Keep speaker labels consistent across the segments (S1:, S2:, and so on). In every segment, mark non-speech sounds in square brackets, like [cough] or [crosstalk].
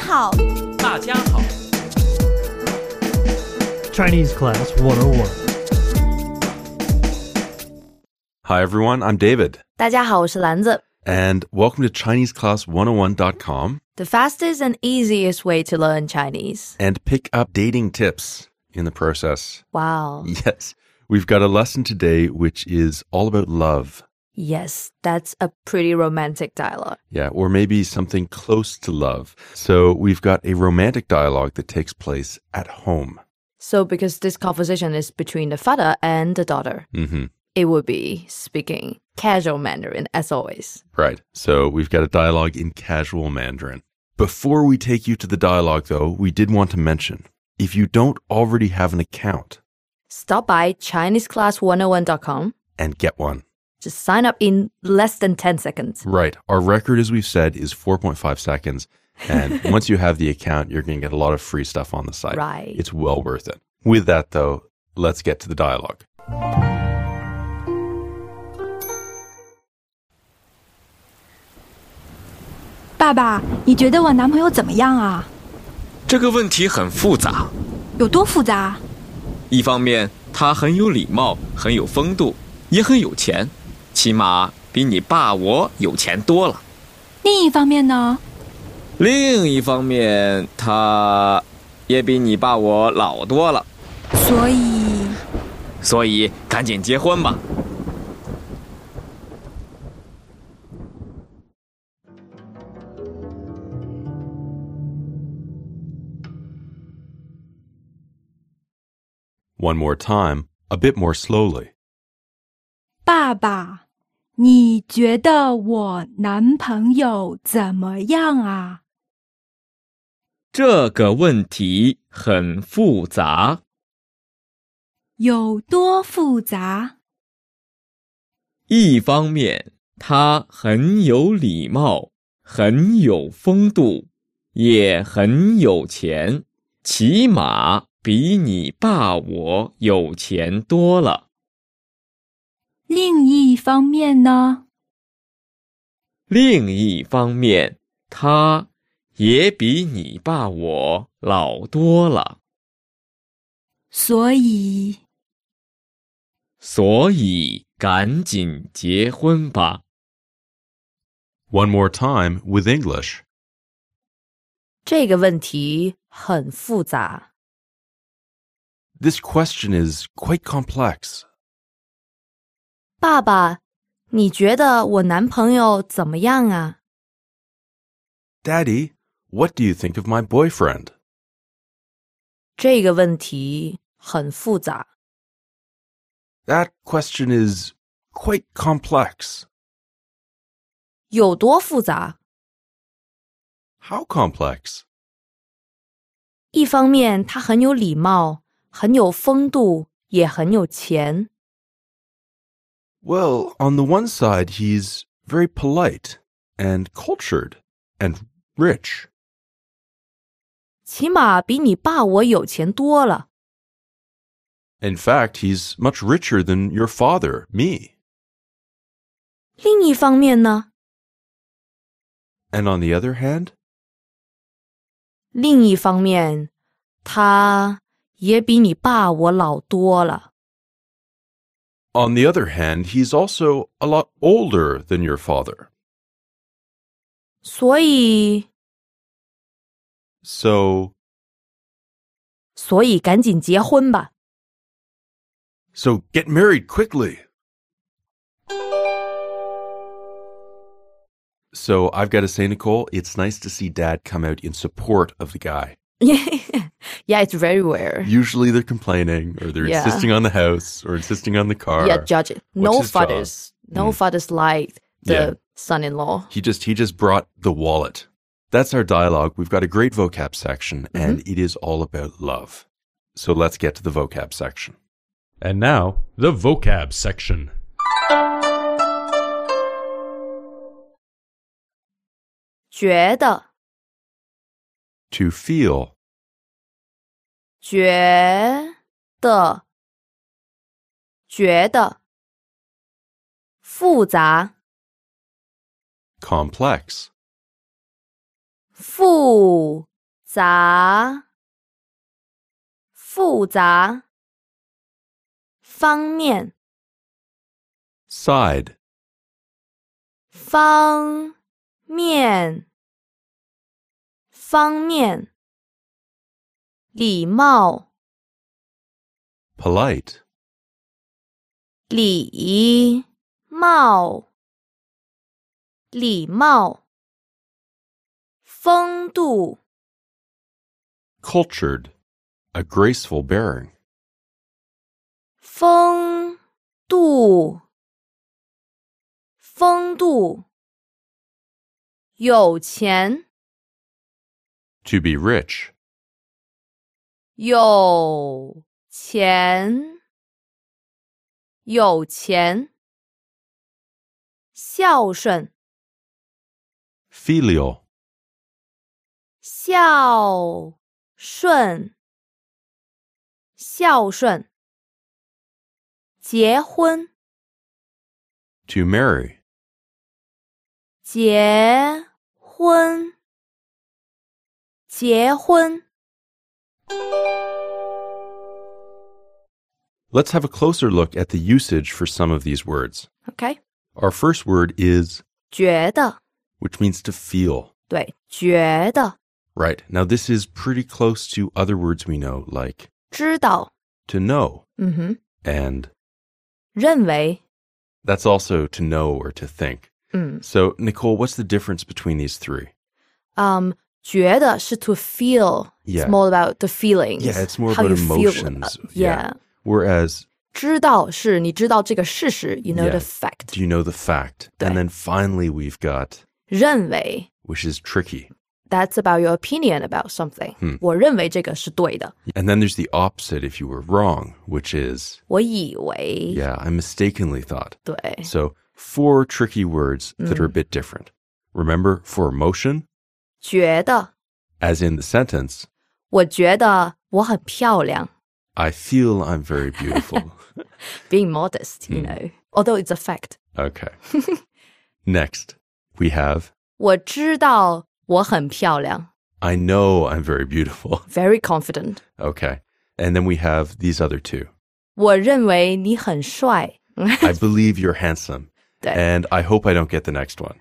S1: 好，
S2: 大家好，
S3: Chinese Class 101.
S4: Hi, everyone. I'm David,
S1: 大家好，我是篮子。
S4: and welcome to ChineseClass101.com
S1: The fastest and easiest way to learn Chinese.
S4: and pick up dating tips in the process. [laughs]
S1: Wow.
S4: Yes, we've got a lesson today which is all about love.
S1: Yes, that's a pretty romantic dialogue.
S4: Yeah, or maybe something close to love. So we've got a romantic dialogue that takes place at home.
S1: So, because this conversation is between the father and the daughter,
S4: hmm
S1: it would be speaking casual Mandarin as always.
S4: Right. So we've got a dialogue in casual Mandarin. Before we take you to the dialogue, though, we did want to mention if you don't already have an account
S1: Stop by ChineseClass101.com.
S4: and get one.
S1: Just sign up in less than 10 seconds.
S4: Right. Our record, as we've said, is 4.5 seconds. And once you have the account, you're going to get a lot of free stuff on the site.
S1: Right.
S4: It's well worth it. With that, though, let's get to the dialogue.
S5: 爸爸，你觉得我男朋友怎么样啊？
S2: 这个问题很复杂。
S5: 有多复杂？
S2: 一方面，他很有礼貌，很有风度，也很有钱，起码比你爸我有钱多了。
S5: 另一方面呢？
S2: 另一方面，他也比你爸我老多了，
S5: 所以，
S2: 所以赶紧结婚吧。
S4: One more time, a bit more slowly.
S5: 爸爸，你觉得我男朋友怎么样啊？
S2: 这个问题很复杂。
S5: 有多复杂？
S2: 一方面，他很有礼貌，很有风度，也很有钱，起码比你爸我有钱多了。
S5: 另一方面呢？
S2: 另一方面，他也比你爸我老多了，
S5: 所以，
S2: 所以赶紧结婚吧。
S4: One more time with English.
S1: 这个问题很复杂。
S4: This question is quite complex.
S1: 爸爸，你觉得我男朋友怎么样啊？
S4: Daddy, what do you think of my boyfriend?
S1: 这个问题很复杂。
S4: That question is quite complex.
S1: 有多复杂？
S4: How complex?
S1: 一方面，他很有礼貌，很有风度，也很有钱；
S4: Well, on the one side, he's very polite and cultured and rich.
S1: 起码比你爸我有钱多了。
S4: In fact, he's much richer than your father, me.
S1: 另一方面呢？
S4: And on the other hand,
S1: 另一方面，他也比你爸我老多了。
S4: on the other hand, he's also a lot older than your father.
S1: 所以，
S4: So,
S1: 所以赶紧结婚吧。 [laughs]
S4: so get married quickly. So, I've got to say, Nicole, it's nice to see dad come out in support of the guy.
S1: yeah, it's very rare.
S4: Usually they're complaining or they're
S1: Yeah.
S4: insisting on the house or insisting on the car.
S1: Yeah, judge. it.
S4: What's
S1: No
S4: his job? Hmm.
S1: fathers. No fathers like the
S4: Yeah.
S1: son-in-law.
S4: He just he just brought the wallet. That's our dialogue. We've got a great vocab section
S1: Mm-hmm.
S4: and it is all about love. So let's get to the vocab section.
S6: And now, the vocab section.
S4: To feel
S1: 觉得，觉得，觉得复杂，复杂，
S4: complex,
S1: 复杂，复杂，方面，
S4: Side.
S1: 方面，方面，礼貌，
S4: Polite.
S1: 礼貌，礼貌，风度，
S4: Cultured. A graceful bearing.
S1: 风度，风度，有钱。
S4: To be rich.
S1: 有钱，有钱，孝顺，
S4: Filial.
S1: 孝顺，孝顺，结婚，
S4: To marry.
S1: 结婚，结婚。
S4: Let's have a closer look at the usage for some of these words.
S1: OK，
S4: Our first word is,
S1: 觉得
S4: which means to feel.
S1: 对，觉得
S4: Right. Now, this is pretty close to other words we know, like
S1: 知道，
S4: to know
S1: 嗯哼，
S4: and
S1: 认为，
S4: That's also to know or to think.
S1: 嗯
S4: So, Nicole, what's the difference between these three?
S1: um 觉得是 to feel.
S4: Yeah.
S1: It's more about the feelings.
S4: Yeah, it's more
S1: how
S4: about
S1: you feel it.
S4: emotions.
S1: Uh,
S4: Yeah.
S1: yeah.
S4: Whereas,
S1: 知道是你知道这个事实，you know
S4: Yeah.
S1: the fact.
S4: do you know the fact? And
S1: Right.
S4: then finally, we've got,
S1: 认为
S4: which is tricky.
S1: that's about your opinion about something.
S4: 嗯
S1: 我认为这个是对的，
S4: And then there's the opposite if you were wrong, which is,
S1: 我以为
S4: yeah, I mistakenly thought.
S1: 对
S4: So, four tricky words that are a bit different. Remember, for emotion,
S1: 觉得
S4: as in the sentence,
S1: 我觉得我很漂亮
S4: I feel I'm very beautiful.
S1: ，being modest, you
S4: 嗯
S1: know. Although it's a fact.
S4: okay. Next, we have,
S1: 我知道我很漂亮
S4: I know I'm very beautiful. [laughs]
S1: ，very confident.
S4: Okay. And then we have these other two.
S1: 我认为你很帅。 [laughs]
S4: I believe you're handsome.
S1: 对。
S4: And I hope I don't get the next one.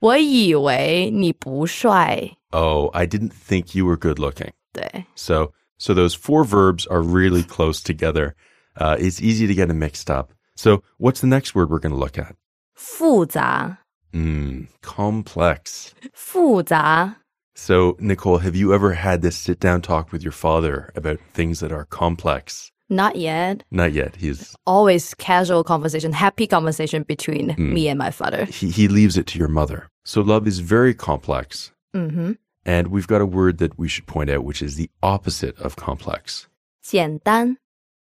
S1: 我以为你不帅，
S4: Oh, I didn't think you were good looking.
S1: 对
S4: So, so those four verbs are really close together. Uh, it's easy to get them mixed up. So, what's the next word we're going to look at?
S1: 复杂，
S4: Mm, complex.
S1: 复杂，
S4: So, Nicole, have you ever had this sit down talk with your father about things that are complex?
S1: not yet.
S4: Not yet. He's
S1: Always casual conversation, happy conversation between
S4: 嗯
S1: me and my father.
S4: he, he leaves it to your mother. So, love is very complex.
S1: 嗯哼，
S4: And we've got a word that we should point out, which is the opposite of complex.
S1: 简单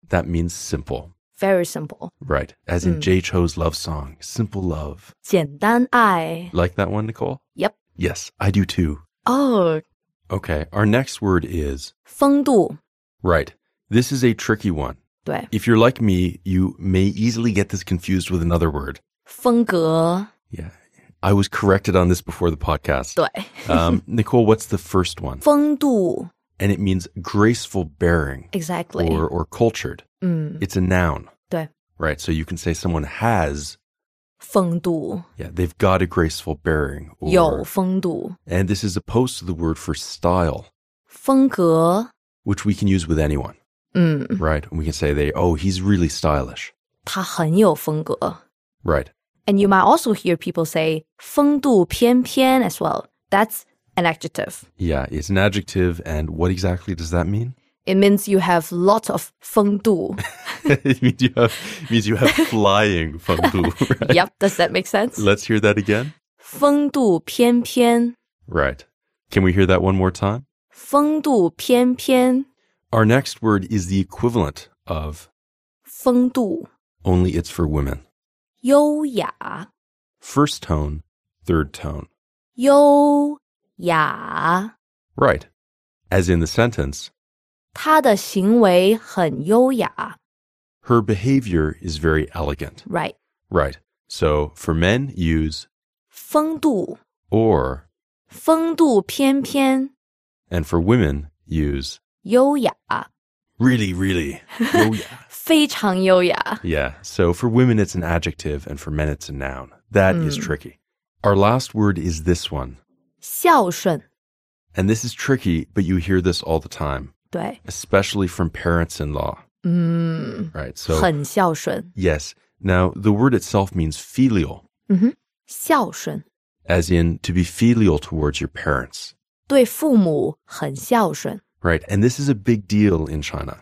S4: That means simple,
S1: ，very simple，
S4: right? As in
S1: Mm.
S4: Jay Cho's love song, Simple Love.
S1: 简单爱。
S4: Like that one, Nicole?
S1: Yep.
S4: Yes, I do too.
S1: 哦，
S4: Okay, our next word is
S1: 风度，
S4: right. This is a tricky one.
S1: 对，
S4: If you're like me, you may easily get this confused with another word.
S1: 风格，
S4: Yeah. I was corrected on this before the podcast.
S1: 对，
S4: [laughs] um, Nicole, what's the first one?
S1: 风度
S4: And it means graceful bearing
S1: ，exactly。
S4: or, or cultured.
S1: 嗯，
S4: It's a noun.
S1: 对，
S4: Right. So you can say someone has,
S1: 风度
S4: yeah, they've got a graceful bearing.
S1: 有风度，
S4: And this is opposed to the word for style,
S1: 风格，
S4: which we can use with anyone,
S1: 嗯，
S4: right? And we can say they, oh, he's really stylish,
S1: 他很有风格。
S4: right?
S1: And you might also hear people say 风度翩翩 as well. That's an adjective.
S4: Yeah, it's an adjective. And what exactly does that mean?
S1: It means you have lots of 风度. [laughs]
S4: it [laughs] means you have, it means you have flying fengdu, right?
S1: yep, does that make sense?
S4: Let's hear that again.
S1: 风度翩翩,
S4: Right. Can we hear that one more time?
S1: 风度翩翩,
S4: Our next word is the equivalent of,
S1: 风度,
S4: only it's for women.
S1: 优雅,
S4: First tone, third tone.
S1: 优雅,
S4: Right. As in the sentence,
S1: 他的行为很优雅.
S4: her behavior is very elegant.
S1: Right.
S4: Right. So for men, use
S1: 风度,
S4: or.
S1: 风度翩翩,
S4: And for women, use
S1: 优雅，
S4: really, really. Oh, yeah.
S1: 非常优雅。
S4: Yeah. So for women, it's an adjective, and for men, it's a noun. That is
S1: Hmm.
S4: tricky. Our last word is this one.
S1: 孝顺，
S4: And this is tricky, but you hear this all the time,
S1: 对，
S4: especially from parents in law,
S1: 嗯，
S4: right? So,
S1: 很孝顺，
S4: yes. Now, the word itself means filial,
S1: 嗯哼，孝顺，
S4: as in to be filial towards your parents,
S1: 对父母很孝顺。
S4: right? And this is a big deal in China.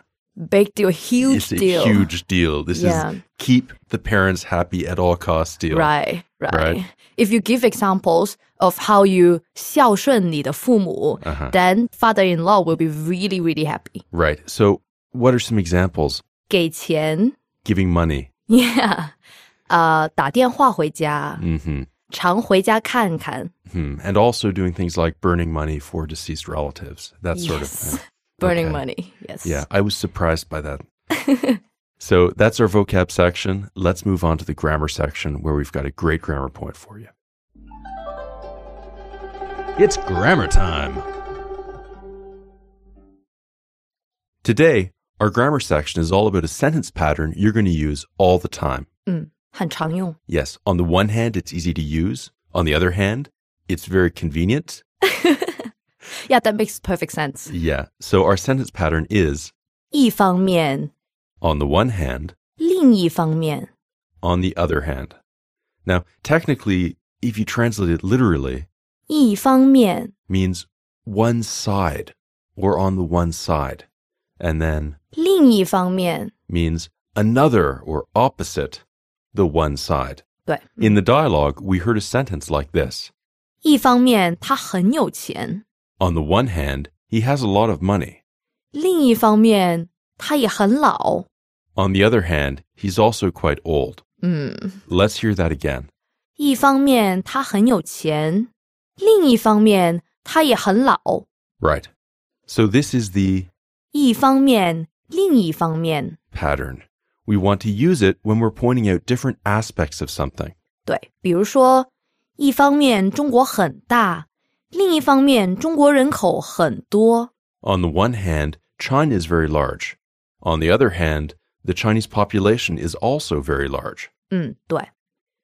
S1: Big deal, huge
S4: it's a
S1: deal.
S4: huge deal. This
S1: Yeah.
S4: is keep the parents happy at all costs deal.
S1: Right, right.
S4: Right.
S1: If you give examples of how you 孝顺你的父母
S4: Uh-huh.
S1: then father-in-law will be really, really happy.
S4: Right. So, what are some examples?
S1: 给钱 [laughs]
S4: Giving money.
S1: yeah. Uh, 呃，打电话回家
S4: hmm
S1: 常回家看看
S4: Hmm. And also doing things like burning money for deceased relatives, that sort of
S1: Yes.
S4: thing.
S1: [laughs] burning
S4: Okay.
S1: money. Yes.
S4: Yeah, I was surprised by that. so that's our vocab section. Let's move on to the grammar section where we've got a great grammar point for you.
S6: It's grammar time.
S4: Today, our grammar section is all about a sentence pattern you're going to use all the time.
S1: Mm. 嗯，很常用。
S4: Yes, on the one hand, it's easy to use. On the other hand, it's very convenient.
S1: Yeah, that makes perfect sense.
S4: Yeah, so our sentence pattern is
S1: 一方面，另一方面
S4: on the one hand, on the other hand. Now, technically, if you translate it literally,
S1: 一方面
S4: means one side or on the one side, and then
S1: 另一方面
S4: means another or opposite the one side.
S1: 对
S4: In the dialogue, we heard a sentence like this
S1: 一方面他很有钱，
S4: On the one hand, he has a lot of money.
S1: 另一方面他也很老。
S4: On the other hand, he's also quite old.
S1: 嗯，
S4: Let's hear that again.
S1: 一方面他很有钱，另一方面他也很老。
S4: Right. So, this is the
S1: 一方面，另一方面，
S4: pattern. We want to use it when we're pointing out different aspects of something.
S1: 对，比如说，一方面中国很大，另一方面中国人口很多。
S4: On the one hand, China is very large. On the other hand, the Chinese population is also very large.
S1: 嗯，对。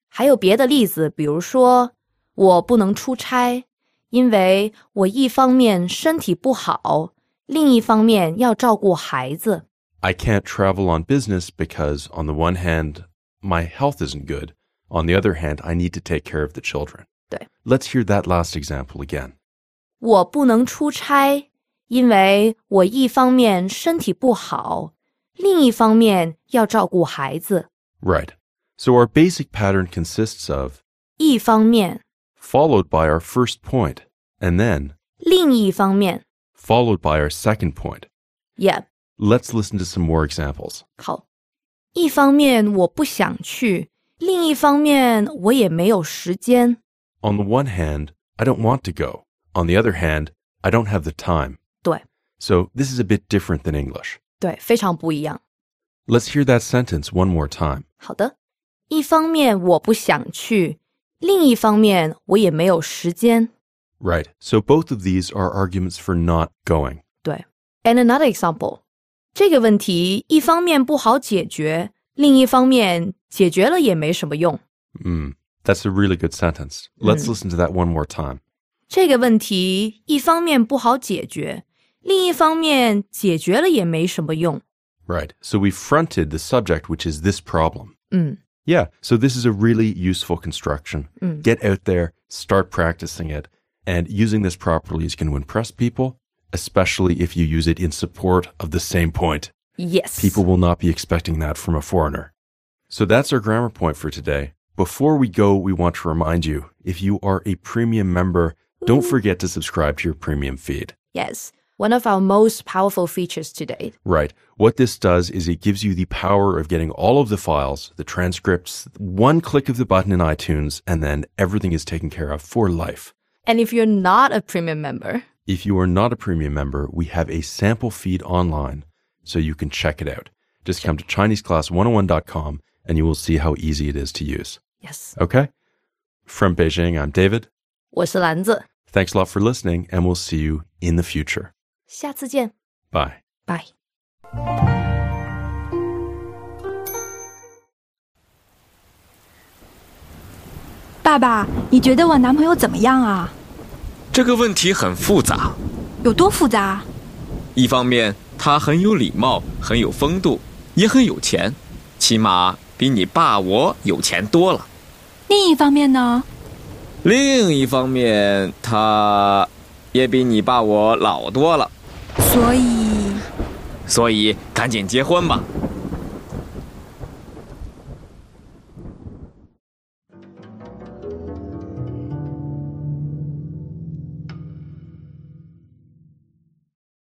S1: 还有别的例子，比如说，我不能出差，因为我一方面身体不好，另一方面要照顾孩子。
S4: I can't travel on business because, on the one hand, my health isn't good. On the other hand, I need to take care of the children.
S1: 对。
S4: Let's hear that last example again.
S1: 我不能出差，因为我一方面身体不好，另一方面要照顾孩子。
S4: Right. So, our basic pattern consists of
S1: 一方面，
S4: followed by our first point, and then
S1: 另一方面
S4: followed by our second point.
S1: 也
S4: Let's listen to some more examples.
S1: 好。一方面我不想去，另一方面我也没有时间。
S4: On the one hand, I don't want to go. On the other hand, I don't have the time.
S1: 对
S4: So this is a bit different than English.
S1: 对，非常不一样。
S4: Let's hear that sentence one more time.
S1: 好的，一方面我不想去，另一方面我也没有时间。
S4: Right. So both of these are arguments for not going.
S1: 对，and another example，这个问题一方面不好解决，另一方面解决了也没什么用。
S4: Mm, that's a really good sentence. Let's
S1: Mm.
S4: listen to that one more time.
S1: 这个问题一方面不好解决，另一方面解决了也没什么用。
S4: Right. So we fronted the subject, which is this problem.
S1: 嗯
S4: Yeah. So this is a really useful construction.
S1: Mm.
S4: Get out there, start practicing it, and using this properly is going to impress people, especially if you use it in support of the same point.
S1: ，yes，
S4: People will not be expecting that from a foreigner. So that's our grammar point for today. Before we go, we want to remind you if you are a premium member, don't forget to subscribe to your premium feed.
S1: yes，one of our most powerful features today。
S4: Right. What this does is it gives you the power of getting all of the files, the transcripts, one click of the button in iTunes, and then everything is taken care of for life.
S1: And if you're not a premium member,
S4: If you are not a premium member, we have a sample feed online so you can check it out. Just come to ChineseClass101.com and you will see how easy it is to use.
S1: yes，
S4: Okay? From Beijing, I'm David.
S1: 我是篮子，
S4: Thanks a lot for listening, and we'll see you in the future.
S1: 下次见
S4: Bye.
S1: ，bye。
S5: 爸爸，你觉得我男朋友怎么样啊？
S2: 这个问题很复杂，
S5: 有多复杂？
S2: 一方面他很有礼貌，很有风度，也很有钱，起码比你爸我有钱多了。
S5: 另一方面呢？
S2: 另一方面，他也比你爸我老多了，
S5: 所以，
S2: 所以赶紧结婚吧。